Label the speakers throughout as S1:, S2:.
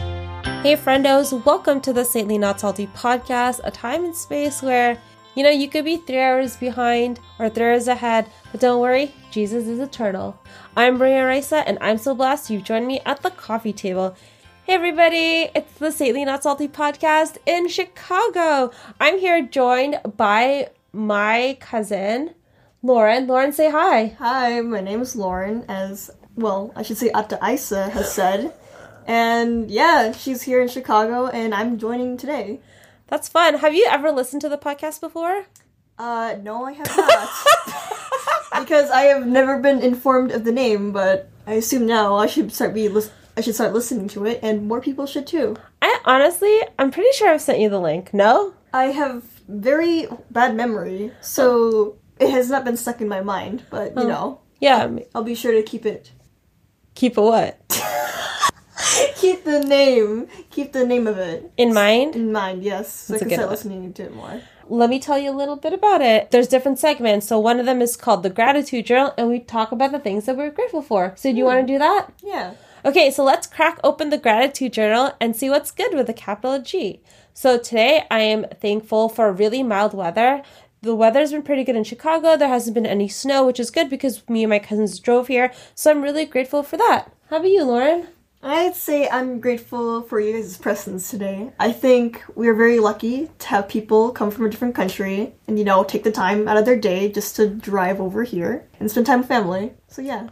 S1: Hey, friendos, welcome to the Saintly Not Salty podcast, a time and space where, you know, you could be three hours behind or three hours ahead, but don't worry, Jesus is eternal. I'm Maria Raisa, and I'm so blessed you've joined me at the coffee table. Hey, everybody, it's the Saintly Not Salty podcast in Chicago. I'm here joined by my cousin, Lauren. Lauren, say hi.
S2: Hi, my name is Lauren, as well, I should say Atta Isa has said. And yeah, she's here in Chicago, and I'm joining today.
S1: That's fun. Have you ever listened to the podcast before?
S2: Uh, no, I have not. because I have never been informed of the name, but I assume now I should start be lis- I should start listening to it, and more people should too.
S1: I honestly, I'm pretty sure I've sent you the link. No?
S2: I have very bad memory, so it has not been stuck in my mind, but you know,
S1: Yeah. m-
S2: I'll be sure to keep it.
S1: Keep a what?
S2: Keep the name. Keep the name of it.
S1: In mind?
S2: in mind, yes. So I
S1: That's a
S2: can
S1: good
S2: start
S1: one.
S2: listening to it more.
S1: Let me tell you a little bit about it. There's different segments. So one of them is called the gratitude journal and we talk about the things that we're grateful for. So do you want to do that?
S2: Yeah.
S1: Okay, so let's crack open the gratitude journal and see what's good with a capital G. So today I am thankful for really mild weather. The weather's been pretty good in Chicago. There hasn't been any snow, which is good because me and my cousins drove here. So I'm really grateful for that. How about you, Lauren?
S2: I'd say I'm grateful for you guys' presence today. I think we're very lucky to have people come from a different country and, you know, take the time out of their day just to drive over here and spend time with family. So, yeah.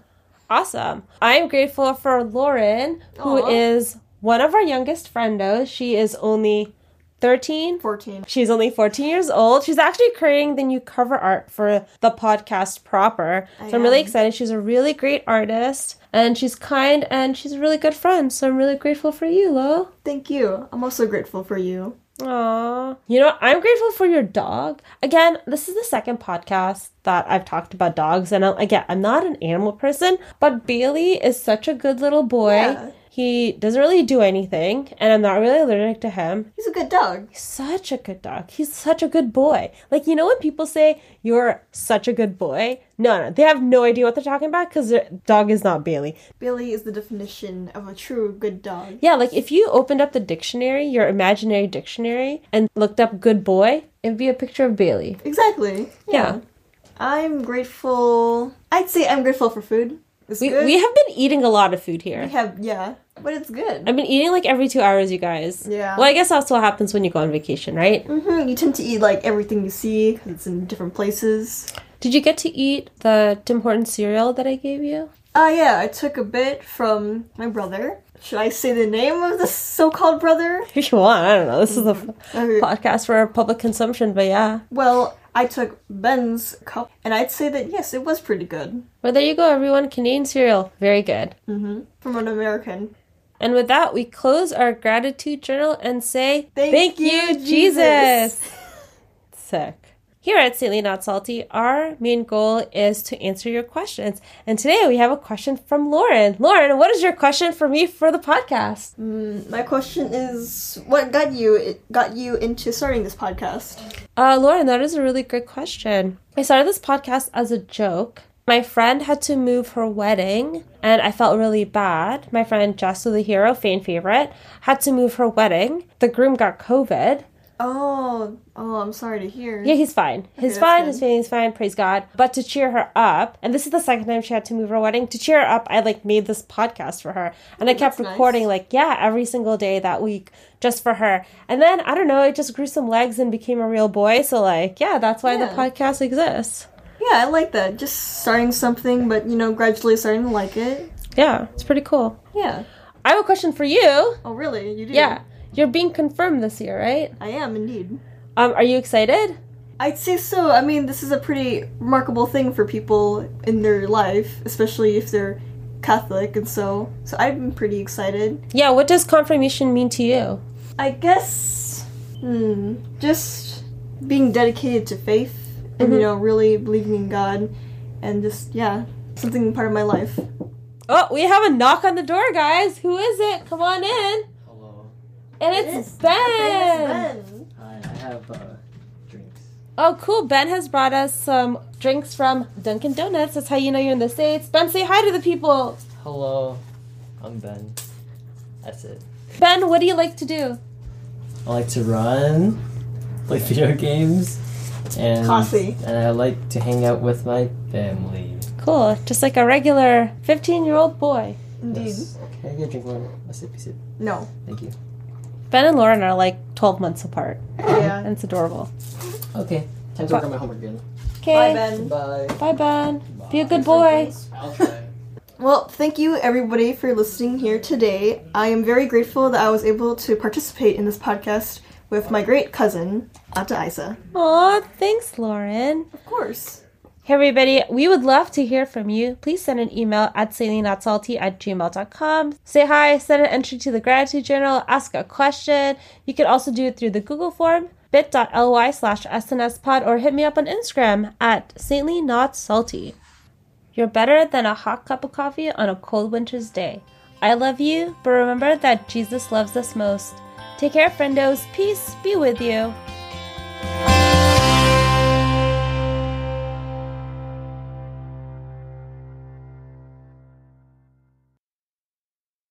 S1: Awesome. I am grateful for Lauren, who is
S2: Aw.
S1: one of our youngest friendos. She is only 13.
S2: 14.
S1: She's only 14 years old. She's actually creating the new cover art for the podcast proper. So I'm really
S2: am.
S1: excited. She's a really great artist and she's kind and she's a really good friend. So I'm really grateful for you, Lo.
S2: Thank you. I'm also grateful for you.
S1: Aww. You know, I'm grateful for your dog. Again, this is the second podcast that I've talked about dogs. And I, again, I'm not an animal person, but Bailey is such a good little boy.
S2: Yeah.
S1: He doesn't really do anything, and I'm not really allergic to him.
S2: He's a good dog.
S1: He's such a good dog. He's such a good boy. Like, you know, when people say you're such a good boy, no, no, they have no idea what they're talking about because their dog is not Bailey.
S2: Billy is the definition of a true good dog.
S1: Yeah, like if you opened up the dictionary, your imaginary dictionary, and looked up good boy, it'd be a picture of Bailey.
S2: Exactly.
S1: Yeah.
S2: I'm grateful. I'd say I'm grateful for food. It's
S1: We,
S2: good.
S1: we have been eating a lot of food here.
S2: We have, yeah. But it's good.
S1: I've been eating like every two hours, you guys.
S2: Yeah.
S1: Well, I guess that's what happens when you go on vacation, right?
S2: hmm You tend to eat like everything you see because it's in different places.
S1: Did you get to eat the Tim Hortons cereal that I gave you?
S2: Ah, yeah, I took a bit from my brother. Should I say the name of the so-called brother?
S1: If you want, I don't know. This is
S2: Mm-hmm.
S1: a
S2: Okay.
S1: podcast for public consumption, but yeah.
S2: Well, I took Ben's cup, and I'd say that yes, it was pretty good
S1: Well, there you go, everyone. Canadian cereal. Very good.
S2: from an American.
S1: And with that, we close our gratitude journal and say,
S2: Thank you,
S1: Jesus.
S2: Jesus."
S1: Sick. Here at Saintly Not Salty, our main goal is to answer your questions. And today we have a question from Lauren. Lauren, what is your question for me for the podcast?
S2: My question is, what got you it got you into starting this podcast?
S1: Uh, Lauren, that is a really good question. I started this podcast as a joke. My friend had to move her wedding, and I felt really bad. My friend Jess, the hero, fan favorite, had to move her wedding. The groom got COVID.
S2: Oh, oh, I'm sorry to hear.
S1: Yeah, he's fine. He's
S2: that's
S1: fine.
S2: good.
S1: His family's fine. Praise God. But to cheer her up, and this is the second time she had to move her wedding. To cheer her up, I like made this podcast for her, and I kept
S2: that's nice.
S1: recording like yeah every single day that week just for her. And then I don't know, it just grew some legs and became a real boy. So like yeah, that's why the
S2: Yeah.
S1: podcast exists.
S2: Yeah, I like that. Just starting something, but you know, gradually starting to like it.
S1: Yeah, it's pretty cool.
S2: Yeah.
S1: I have a question for you.
S2: Oh, really? You do?
S1: Yeah, you're being confirmed this year, right?
S2: I am indeed.
S1: Um, are you excited?
S2: I'd say so. I mean, this is a pretty remarkable thing for people in their life, especially if they're Catholic, and so so I'm pretty excited.
S1: Yeah. What does confirmation mean to you?
S2: I guess, hmm, just being dedicated to faith and
S1: Mm-hmm.
S2: you know really believing in God, and just yeah, something part of my life.
S1: Oh, we have a knock on the door, guys. Who is it? Come on in.
S3: Hello.
S1: And it's ben.
S3: Hi, I have uh, drinks.
S1: Oh, cool. Ben has brought us some drinks from Dunkin' Donuts. That's how you know you're in the States. Ben, say hi to the people.
S3: Hello, I'm Ben. That's it.
S1: Ben, what do you like to do?
S3: I like to run, play video games, and
S2: Coffee.
S3: And I like to hang out with my family.
S1: Cool, just like a regular 15 year old boy.
S2: Indeed.
S3: Yes. Can I get a drink water? A sippy sip.
S2: No.
S3: Thank you.
S1: Ben and Lauren are like 12 months apart,
S2: Yeah.
S1: and it's adorable.
S3: Okay. Time to work on my homework again.
S1: Okay.
S2: Bye, Ben.
S3: Bye.
S1: Bye, Ben. Be a good
S3: Bye.
S1: boy.
S3: I'll try.
S2: Well, thank you everybody for listening here today. I am very grateful that I was able to participate in this podcast with my great cousin, Ata Isa.
S1: Aw, thanks, Lauren.
S2: Of course.
S1: Hey, everybody, we would love to hear from you. Please send an email at salynotsalty at gmail.com. Say hi, send an entry to the gratitude journal, ask a question. You can also do it through the Google form, bit.ly slash snspod, or hit me up on Instagram at salynotsalty. You're better than a hot cup of coffee on a cold winter's day. I love you, but remember that Jesus loves us most. Take care, friendos. Peace be with you.